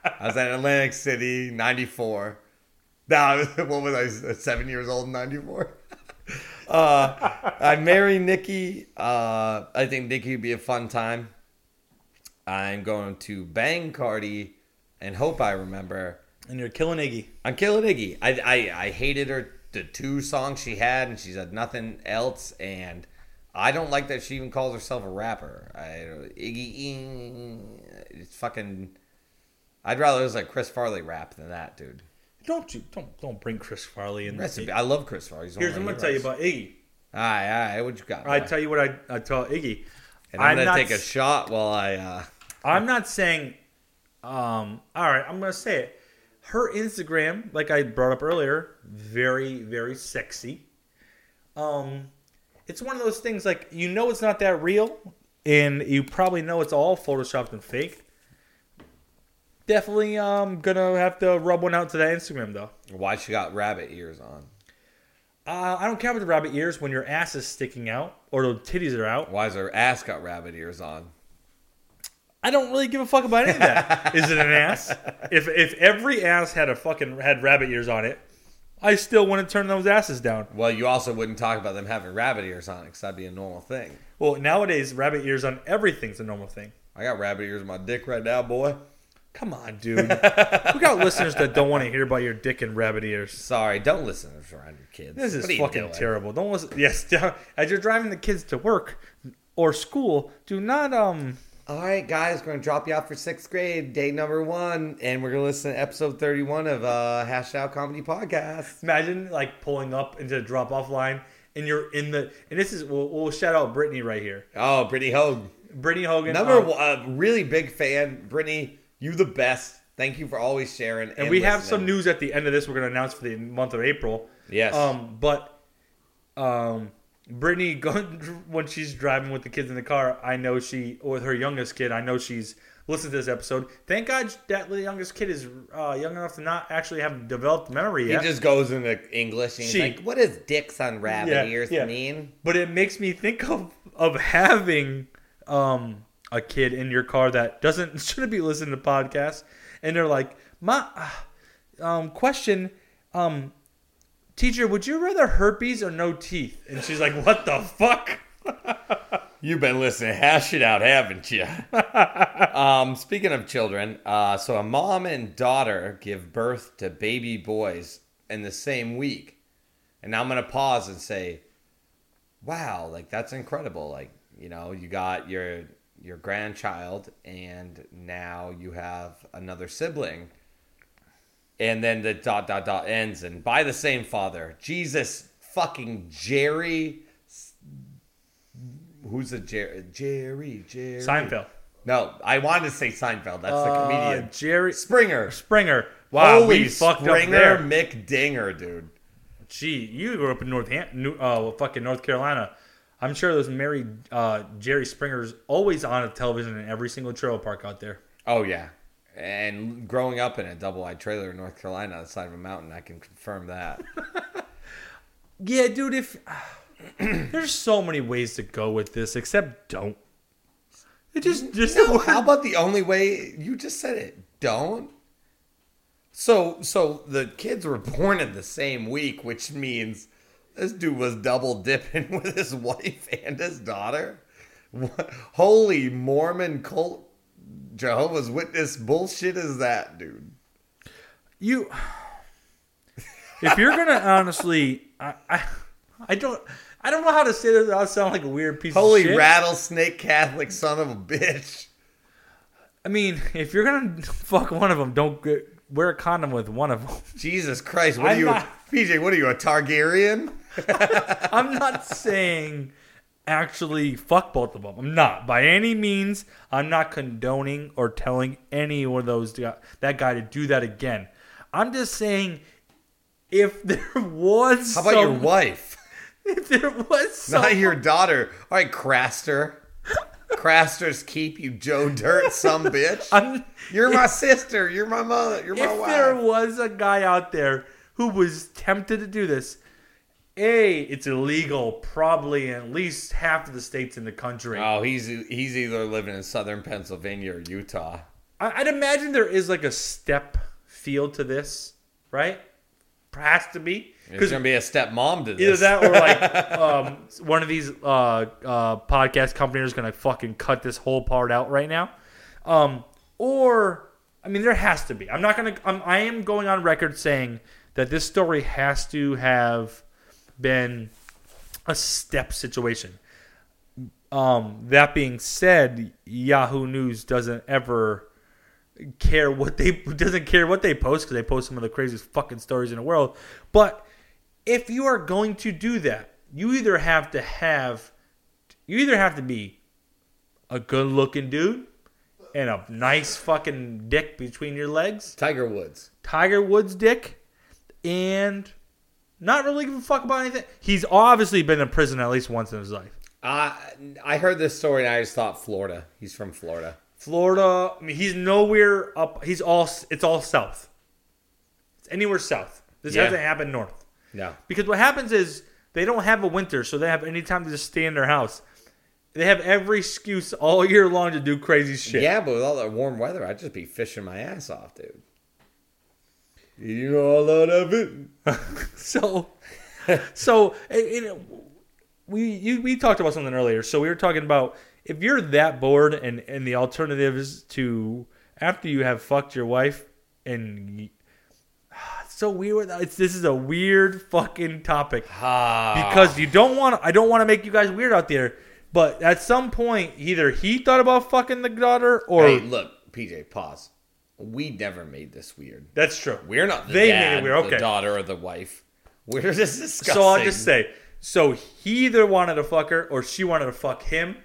I was in Atlantic City, 94. No, I was- *laughs* what was I, seven years old in 94? *laughs* uh, I marry Nikki. Uh, I think Nikki would be a fun time. I'm going to bang Cardi and hope I remember. And you're killing Iggy. I'm killing Iggy. I, I I hated her the two songs she had, and she said nothing else. And I don't like that she even calls herself a rapper. I Iggy, it's fucking. I'd rather it was like Chris Farley rap than that, dude. Don't you don't don't bring Chris Farley in. Rest in peace. I love Chris Farley. He's one Here's of what I'm my gonna tell you heroes. about Iggy. All right, all right, what you got? I boy? tell you what I, I tell Iggy. and I'm, gonna not take a s- shot while I. uh I'm not saying. Um. All right. I'm gonna say it. Her Instagram, like I brought up earlier, very very sexy. Um, it's one of those things like you know it's not that real, and you probably know it's all photoshopped and fake. Definitely, um, gonna have to rub one out to that Instagram though. Why she got rabbit ears on? Uh, I don't care about the rabbit ears when your ass is sticking out or the titties are out. Why's her ass got rabbit ears on? I don't really give a fuck about any of that. *laughs* Is it an ass? If if every ass had a fucking had rabbit ears on it, I still wouldn't turn those asses down. Well, you also wouldn't talk about them having rabbit ears on, because that'd be a normal thing. Well, nowadays rabbit ears on everything's a normal thing. I got rabbit ears on my dick right now, boy. Come on, dude. we got listeners that don't want to hear about your dick and rabbit ears. Sorry, don't listen if you're around your kids. This is What are you fucking doing? terrible. Don't listen. Yes, *laughs* as you're driving the kids to work or school, do not um. All right, guys, we're gonna drop you off for sixth grade, day number one, and we're gonna listen to episode thirty-one of uh, Hashed Out Comedy Podcast. Imagine like pulling up into the drop off line and you're in the and this is we'll, we'll shout out Brittany right here. Oh, Brittany Hogue, Brittany Hogan, number um, one, uh, really big fan. Brittany, you the best. Thank you for always sharing. And, And we have listening. some news at the end of this. We're going to announce for the month of April. Yes. Um, but um, Brittany, *laughs* go- when she's driving with the kids in the car, I know she or with her youngest kid. I know she's listened to this episode. Thank God that little youngest kid is uh, young enough to not actually have developed memory He yet. just goes into English and he's She- like, "What does dicks on rabbit Yeah, ears yeah. mean?" but it makes me think of of having um a kid in your car that doesn't *laughs* shouldn't be listening to podcasts and they're like my uh, um question um teacher would you rather herpes or no teeth and she's like what the fuck You've been listening to Hash It Out, haven't you? um, speaking of children, uh, so a mom and daughter give birth to baby boys in the same week. And I'm going to pause and say, wow, like that's incredible. Like, you know, you got your your grandchild and now you have another sibling. And then the dot dot dot ends and by the same father. Jesus fucking Jerry Who's the Jerry? Jerry, Jerry. Seinfeld No, I wanted to say Seinfeld. That's the Uh, comedian. Jerry Springer. Springer wow Holy we fucked up Springer there McDinger, dude. gee you grew up in North Ham- New, uh, fucking North Carolina I'm sure those married uh, Jerry Springer's always on a television in every single trailer park out there Oh, yeah. And growing up in a double wide trailer in North Carolina on the side of a mountain, I can confirm that. Yeah, dude, *clears throat* if there's so many ways to go with this, except don't. It just just no, how about the only way you just said it? Don't. So, so the kids were born in the same week, which means this dude was double dipping *laughs* with his wife and his daughter. What, holy Mormon cult, Jehovah's Witness bullshit is that, dude? you. If you're gonna honestly, I, I I don't I don't know how to say this without sounding like a weird piece Holy of shit. rattlesnake Catholic son of a bitch. I mean, if you're gonna *laughs* fuck one of them, don't get, wear a condom with one of them. Jesus Christ, what I'm are you, not- PJ? What are you, a Targaryen? I'm not saying actually fuck both of them. I'm not by any means. I'm not condoning or telling any of those guy, that guy to do that again. I'm just saying, if *laughs* there was How about your some- wife? If there was some, *laughs* Not your daughter. All right, Craster. Craster's keep you, Joe Dirt, *laughs* some bitch. *laughs* I'm- You're my sister. You're my mother. You're my if wife. there was a guy out there who was tempted to do this, a it's illegal probably in at least half of the states in the country. Oh, he's he's either living in southern Pennsylvania or Utah. I, I'd imagine there is like a step field to this, right? Has to be There's gonna be a stepmom to this. Either that or like um, one of these uh, uh, podcast companies is gonna fucking cut this whole part out right now, um, or I mean there has to be. I'm not gonna. I'm, I am going on record saying that this story has to have been a step situation. Um, that being said, Yahoo News doesn't ever care what they *laughs* doesn't care what they post because they post some of the craziest fucking stories in the world. But if you are going to do that, you either have to have you either have to be a good looking dude and a nice fucking dick between your legs, Tiger Woods. Tiger Woods dick, and not really give a fuck about anything. He's obviously been in prison at least once in his life. I I heard this story and I just thought Florida. He's from Florida. Florida. I mean, he's nowhere up. He's all. It's all south. It's anywhere south. This Yeah. hasn't happened north. No. Because what happens is they don't have a winter, so they have any time to just stay in their house. They have every excuse all year long to do crazy shit. Yeah, but with all that warm weather, I'd just be fishing my ass off, dude. You know a lot of it. *laughs* So, so it, it, we you, we talked about something earlier. So we were talking about if you're that bored and and the alternatives to after you have fucked your wife and. y- *sighs* It's so weird. It's this is a weird fucking topic. because you don't want I don't want to make you guys weird out there, but at some point either he thought about fucking the daughter or Hey, look, PJ, pause. We never made this weird. that's true. We're not the They made dad, it weird, the okay. daughter, or the wife. We're just discussing. So I'll just say, so he either wanted to fuck her or she wanted to fuck him.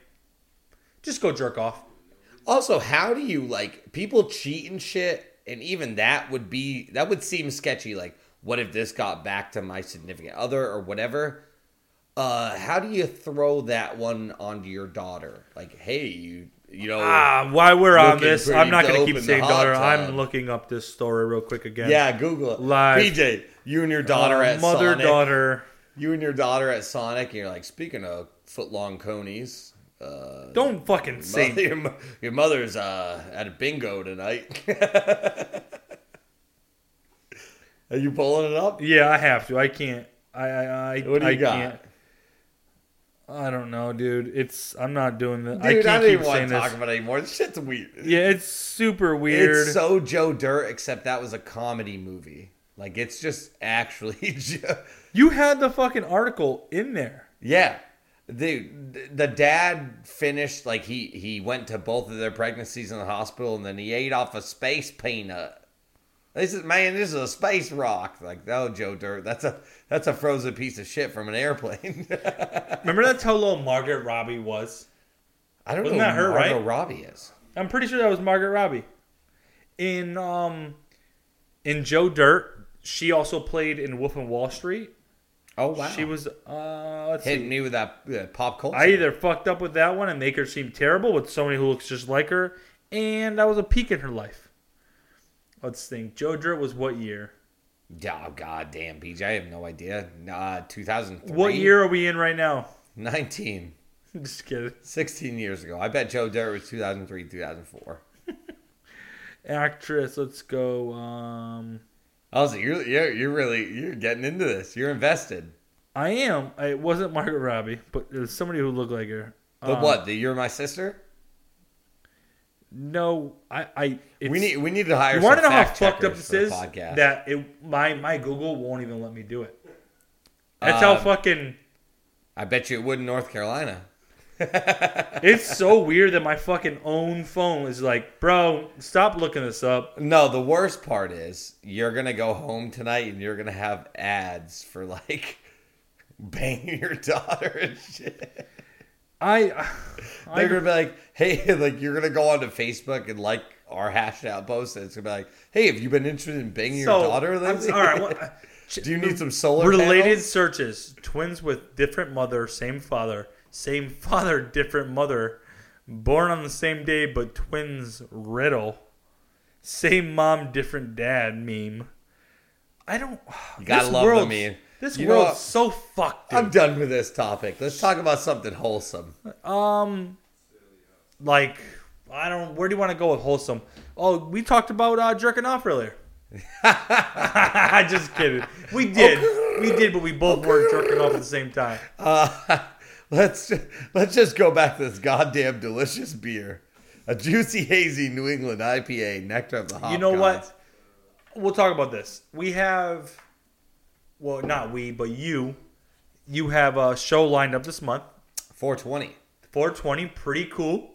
Just go jerk off. Also, how do you like people cheat and shit? And even that would be that would seem sketchy. Like, what if this got back to my significant other or whatever? Uh, how do you throw that one onto your daughter? Like, hey, you you know, Ah, why we're on Looking this? pretty I'm not gonna dope keep in the saying hot daughter. tub. I'm looking up this story real quick again. yeah, Google it. Live. PJ, you and your Uh, daughter at mother Sonic. daughter. You and your daughter at Sonic, and you're like, speaking of footlong conies. Uh, Don't fucking say *laughs* Mother, your, mo- your mother's uh, at a bingo tonight. *laughs* Are you pulling it up? Yeah, I have to. I can't. I I I, What do you I got? can't. I don't know, dude. It's I'm not doing this. Dude, I I, can't don't keep even want saying to talk this. about it anymore. This shit's weird. Yeah, it's super weird. It's so Joe Dirt, except that was a comedy movie. Like, it's just actually *laughs* Joe. you had the fucking article in there. Yeah. Dude, the dad finished like he he went to both of their pregnancies in the hospital, and then he ate off a space peanut. This is man, this is a space rock. Like, oh, Joe Dirt, that's a that's a frozen piece of shit from an airplane. *laughs* Remember that's how low Margaret Robbie was. I don't Wasn't know that her, who Margot right? Robbie is. I'm pretty sure that was Margaret Robbie. In um, in Joe Dirt, she also played in Wolf of Wall Street. Oh wow, She was uh, let's see. hitting me with that uh, pop culture. I either fucked up with that one and make her seem terrible with somebody who looks just like her, and that was a peak in her life. Let's think. Joe Dirt was what year? oh god damn, PJ, I have no idea. Uh, two thousand three. What year are we in right now? *laughs* Nineteen. just kidding. 16 years ago. I bet Joe Dirt was 2003, 2004. Actress, let's go. Um, Also, you're, you're you're really you're getting into this. You're invested. I am. It wasn't Margaret Robbie, but it was somebody who looked like her. But Um, what? The you're my sister. No, I. I it's, We need we need to hire. You want to some know how fact fucked up this checkers for the is? Podcast. That it my my Google won't even let me do it. That's how Um, fucking. I bet you it would in North Carolina. It's *laughs* so weird that my fucking own phone is like, bro, stop looking this up. No, the worst part is you're gonna go home tonight and you're gonna have ads for like *laughs* banging your daughter and shit. I, I *sighs* *laughs* They're gonna be like, hey, like you're gonna go onto Facebook and like our hashed out post that's gonna be like, "Hey, have you been interested in banging So, your daughter I'm- lately? all *laughs* right, well, Do you need some solar Related panels? searches: twins with different mother, same father, same *laughs* father, different mother, born on the same day but twins. Riddle, same mom, different dad. Meme. I don't. gotta this love the world's- meme. This You know world's what? so fucked. I'm dude. done with this topic. Let's talk about something wholesome. Um, like I don't. Where do you want to go with wholesome? Oh, we talked about uh, jerking off *laughs* earlier. *laughs* Just kidding. We did. We did, but we both weren't jerking off at the same time. Uh, let's let's just go back to this goddamn delicious beer, a juicy hazy New England IPA, nectar of the hop. you know gods. what? We'll talk about this. We have, well, not we, but you. You have a show lined up this month, 420. 420. Pretty cool.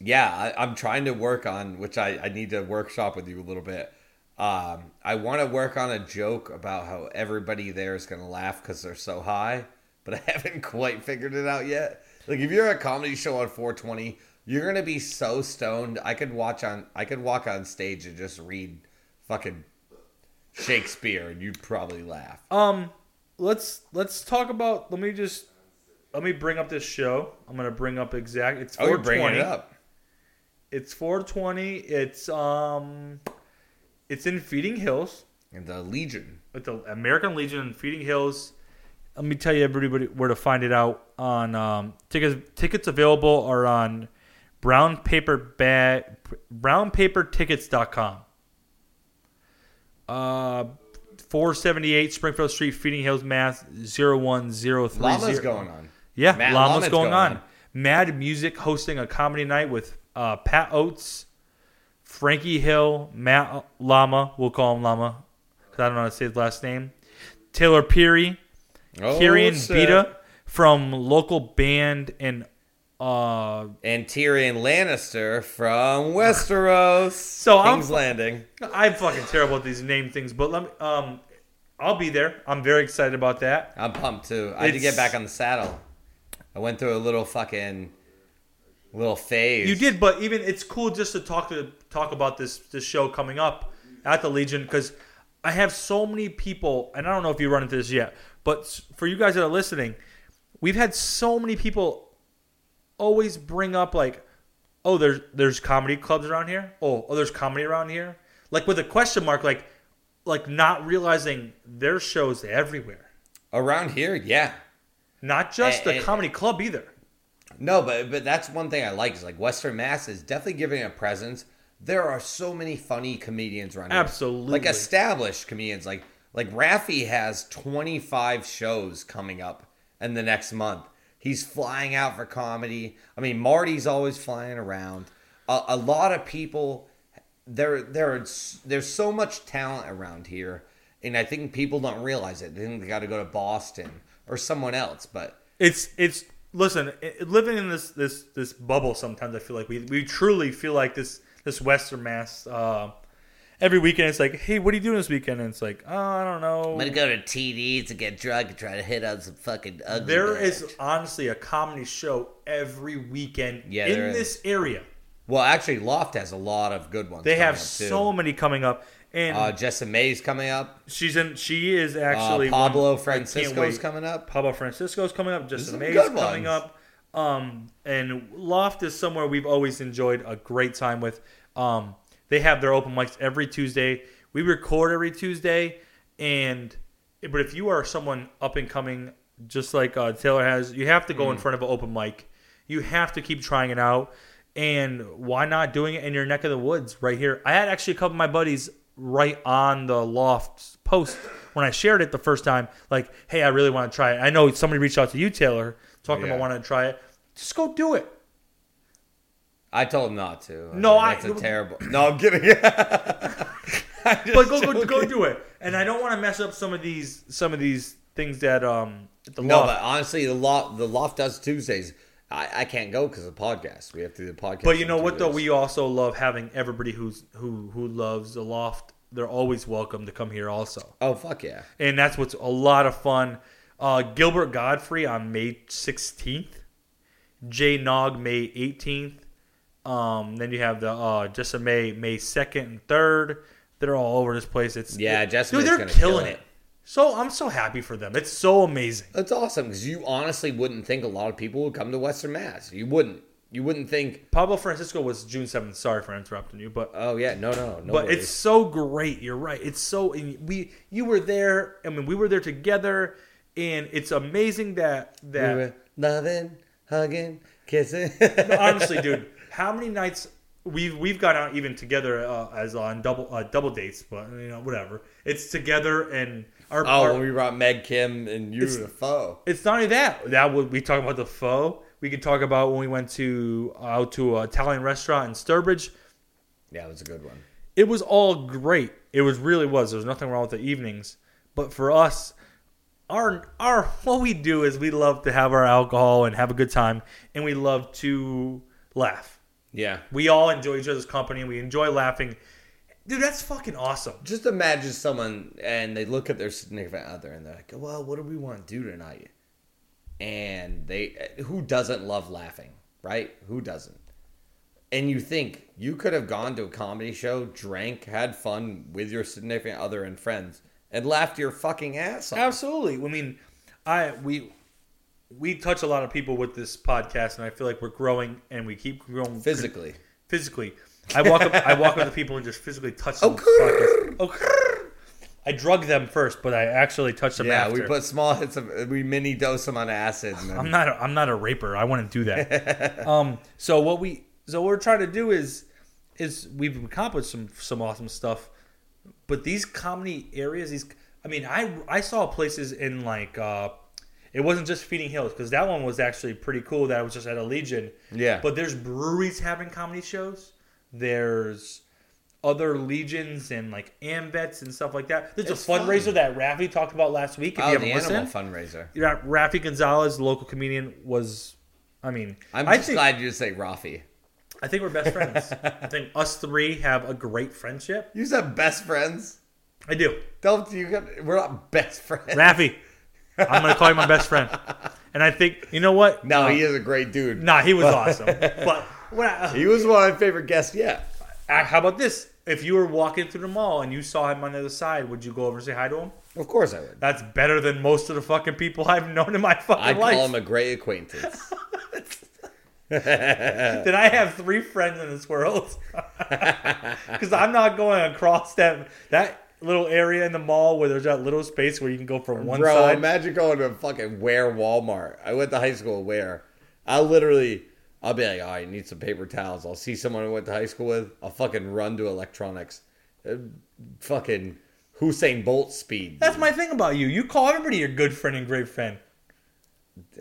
Yeah, I, I'm trying to work on which I, I need to workshop with you a little bit. Um, I want to work on a joke about how everybody there is going to laugh because they're so high, but I *laughs* haven't quite figured it out yet. Like if you're at a comedy show on 420, you're going to be so stoned. I could watch on I could walk on stage and just read fucking Shakespeare, and you'd probably laugh. Um, let's let's talk about. Let me just let me bring up this show. I'm gonna bring up exact. It's oh, you're 420. bringing it up. It's 420. It's um, it's in Feeding Hills And the Legion. at the American Legion in Feeding Hills. Let me tell you everybody where to find it out on um, tickets. Tickets available are on brown paper bag brownpapertickets.com. Uh, 478 Springfield Street, Feeding Hills, Mass. 01030. Llama's going on. Yeah, Matt Llama's, Llama's going, going on. on. Mad Music hosting a comedy night with uh, Pat Oates, Frankie Hill, Matt Llama. We'll call him Llama because I don't know how to say his last name. Taylor Peary, Oh, Kieran shit. Bita from local band and uh, and Tyrion Lannister from *laughs* Westeros. So I'm- King's Landing. I'm fucking terrible at these name things, but let me. Um, I'll be there. I'm very excited about that. I'm pumped too. I had to It's- get back on the saddle. I went through a little fucking little phase. You did, but even it's cool just to talk to talk about this this show coming up at the Legion because I have so many people, and I don't know if you run into this yet, but s- for you guys that are listening, we've had so many people always bring up like, oh, there's there's comedy clubs around here. Oh, oh, there's comedy around here. Like with a question mark, like like not realizing there's shows everywhere, around here. Yeah, not just Eh, the eh. comedy club either. no, but but that's one thing I like is like Western Mass is definitely giving a presence. There are so many funny comedians around here. Absolutely. like established comedians. Like like Rafi has 25 shows coming up in the next month. He's flying out for comedy. I mean, Marty's always flying around. A, a lot of people. There, there, are s- there's so much talent around here, and I think people don't realize it. They think they got to go to Boston or someone else. But it's it's listen i living in this this this bubble sometimes i feel like we, we truly feel like this this western mass uh, every weekend it's like hey what are you doing this weekend and it's like oh i don't know go to TDs and get drunk and try to hit on some fucking ugly. there is honestly a comedy show every weekend Yeah, there in is. this area well, actually, Loft has a lot of good ones. they coming have up, too. so many coming up and Uh, Jessa May's coming up. she's in she is Uh, actually one- I Pablo can't Francisco's wait. coming up. Pablo Francisco's coming up. There's Justin some May's good coming ones. up. Um, and Loft is somewhere we've always enjoyed a great time with. Um, they have their open mics every Tuesday. We record every Tuesday, and but if you are someone up and coming, just like uh, Taylor has, you have to go in front of an open mic. You have to keep trying it out, and why not doing it in your neck of the woods right here? I had actually a couple of my buddies right on the loft post when I shared it the first time. Like, hey, I really want to try it. I know somebody reached out to you, Taylor, talking Yeah. about wanting to try it. Just go do *laughs* it. I told him not to. No, said, I- That's *laughs* a terrible. No, I'm kidding. I'm just But go, go, joking. go do it. And I don't want to mess up some of these some of these things that um at the No, but loft. honestly, the loft the loft does Tuesdays. I, I can't go because of podcast. We have to do the podcast. But, you on know what though, Tuesdays. we also love having everybody who's who who loves the loft. They're always welcome to come here also. oh fuck yeah. and that's what's a lot of fun. Uh, Gilbert Godfrey on May 16th, Jay Nog May 18th, Um, then you have the uh, Jessa May May second and third. They're all over this place. It's Yeah, Jessa dude, May's they're gonna killing kill it. it. So I'm so happy for them. It's so amazing. That's awesome because you honestly wouldn't think a lot of people would come to Western Mass. You wouldn't. You wouldn't think, Pablo Francisco was June seventh. Sorry for interrupting you, but oh yeah, no, no, no. but worries. it's so great. You're right. It's so and we you were there. I mean, we were there together, and it's amazing that We that were loving, hugging, kissing. *laughs* honestly, dude, how many nights we've we've gone out even together uh, as on double uh, double dates, but you know whatever. It's together and our, oh, our- when we brought Meg Kim and you were the foe. it's not only that that would we talk about the foe. We could talk about when we went to out to an Italian restaurant in Sturbridge. Yeah, it was a good one. It was all great. It was really was. There was nothing wrong with the evenings, but for us. Our, our what we do is we love to have our alcohol and have a good time and we love to laugh Yeah. We all enjoy each other's company. We enjoy laughing. Dude, that's fucking awesome. Just imagine someone and they look at their significant other and they're like, "Well, what do we want to do tonight?" And they, who doesn't love laughing, right? Who doesn't? And you think you could have gone to a comedy show, drank, had fun with your significant other and friends, and laughed your fucking ass off. Absolutely. I mean, I we we touch a lot of people with this podcast, and I feel like we're growing, and we keep growing Physically. Physically, I walk up. I walk up to people and just physically touch them. Oh, with the podcast. Oh, grrr. I drug them first, but I actually touched them Yeah, after. we put small hits of, we mini dose them on acid. And then, I'm not. A, I'm not a raper. I wouldn't do that. um. So what we so what we're trying to do is is we've accomplished some some awesome stuff, but these comedy areas, these I mean, I I saw places in like uh, it wasn't just Feeding Hills because that one was actually pretty cool. That was just at a Legion. Yeah. But there's breweries having comedy shows. There's other legions and like ambets and stuff like that. There's It's a fundraiser fun. that Rafi talked about last week. If oh, you the haven't animal listened, fundraiser. Ra- Rafi Gonzalez, the local comedian, was. I mean, I'm I just think glad you didn't say Rafi. I think we're best friends. I think us three have a great friendship. You said best friends. I *laughs* do, Don't you? Got, we're not best friends. Rafi. I'm gonna call you my best friend, and I think you know what? No, Uh, he is a great dude. Nah, he was *laughs* awesome. But what I, He was one of my favorite guests yet. I- how about this? If you were walking through the mall and you saw him on the other side, would you go over and say hi to him? Of course I would. That's better than most of the fucking people I've known in my fucking I'd life. call him a great acquaintance. Did I have three friends in this world? *laughs* Because I'm not going across that that little area in the mall where there's that little space where you can go from one Bro, side. imagine going to fucking Ware Walmart. I went to high school at Ware. I literally, I'll be like, oh, I need some paper towels. I'll see someone I went to high school with. I'll fucking run to electronics. Uh, fucking Hussein Bolt speed. That's my thing about you. You call everybody your good friend and great friend.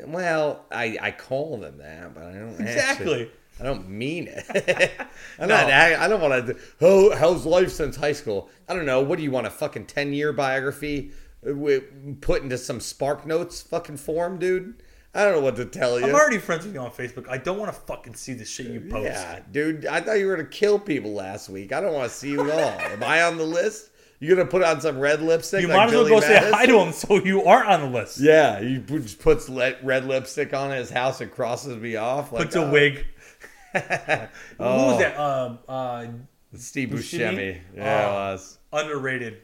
Well, I, I call them that, but I don't actually- Exactly. I don't mean *laughs* it. I'm not. I, I don't want to. How, how's life since high school? I don't know. What do you want? A fucking ten year biography uh, wi- put into some spark notes fucking form, dude? I don't know what to tell you. I'm already friends with you on Facebook. I don't want to fucking see the shit you post. yeah, dude. I thought you were gonna kill people last week. I don't want to see you *laughs* at all. Am I on the list? You gonna put on some red lipstick? You like might as well Billy go say Madison? hi to him so you are on the list. Yeah, he p- just puts le- red lipstick on his house and crosses me off. Like, Puts a oh, *laughs* wig. Who was that? Um, uh, Steve Buscemi? Buscemi. Yeah, Oh. it was. underrated.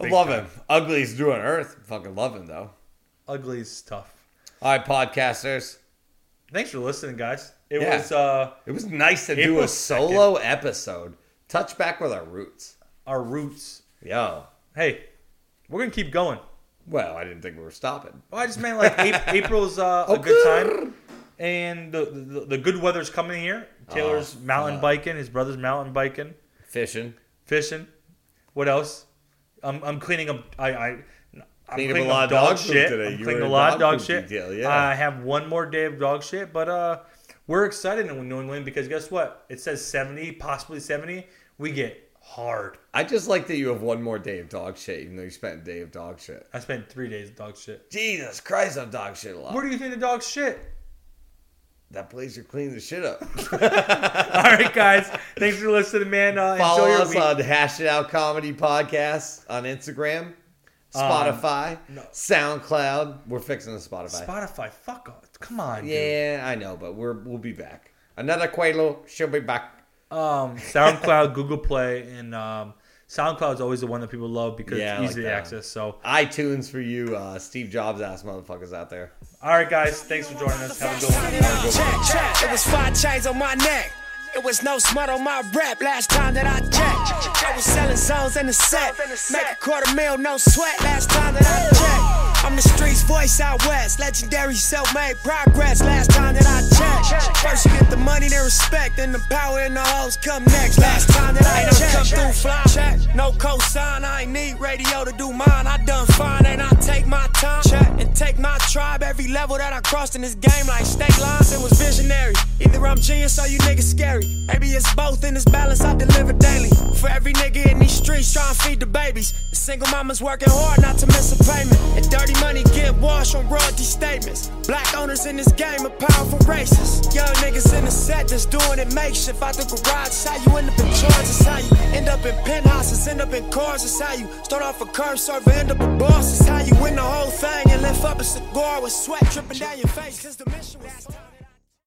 I Big love time. him. Ugliest dude on earth. Fucking love him though. Ugly stuff. All right, podcasters. Thanks for listening, guys. It Yeah. was uh, It was nice to do April a solo episode. Touch back with our roots. our roots. Yo. Hey, we're gonna keep going. Well, I didn't think we were stopping. Well, Oh, I just meant *laughs* like Ap- April's uh, a good time, and the, the the good weather's coming here. Oh, Taylor's mountain biking, his brother's mountain biking, Fishing. fishing. What else? I'm, I'm cleaning up. I I I'm Cleaned up a lot of dog poop shit. today. I'm You cleaning were a in lot of dog dog poop shit. detail, yeah. I have one more day of dog shit, but uh, we're excited in New England because guess what? It says 70, possibly 70. We get hard. I just like that you have one more day of dog shit, even though you spent a day of dog shit. I spent three days of dog shit. Jesus Christ, I'm dog shit a lot. Where do you think the dog shit? that place you're cleaning the *laughs* shit up. All right, guys. Thanks for listening, man. Uh, Follow enjoy your us week. on Hash It Out Comedy Podcast on Instagram, Um, Spotify, SoundCloud. We're fixing the Spotify. Spotify, fuck off. Come on, dude. yeah, I know, but we're we'll be back. Another Quelo, she'll be back. Um, SoundCloud, Google Play, and um, SoundCloud's always the one that people love because Yeah, I like it's easy to that. access. So, iTunes for you, uh, Steve Jobs ass motherfuckers out there. all right, guys, thanks for joining us. Have a good one. Check, check. It was five chains on my neck. It was no smut on my rep last time that I checked. I was selling zones in the set. Make a quarter mil, no sweat last time that I checked. I'm the streets voice out west. Legendary self made progress last time that I checked. First you get the money, then respect, then the power and the hoes come next. Last time that I checked. Come through fly. Check. No cosign, I ain't need radio to do mine. I done fine, and I take my time check. and take my tribe. Every level that I crossed in this game, like state lines, it was visionary. Either I'm genius or you niggas scary. Maybe it's both in this balance I deliver daily. For every nigga in these streets trying to feed the babies. The single mama's working hard not to miss a payment. And dirty money get washed on royalty statements. Black owners in this game are powerful racists. Young niggas in the set that's doing it makeshift. Out the garage, it's how you end up in charge, it's how you end up in penthouses, end up in cars, it's how you start off a curb server, end up a boss, it's how you win the whole thing and lift up a cigar with sweat dripping down your face. Cause the mission was.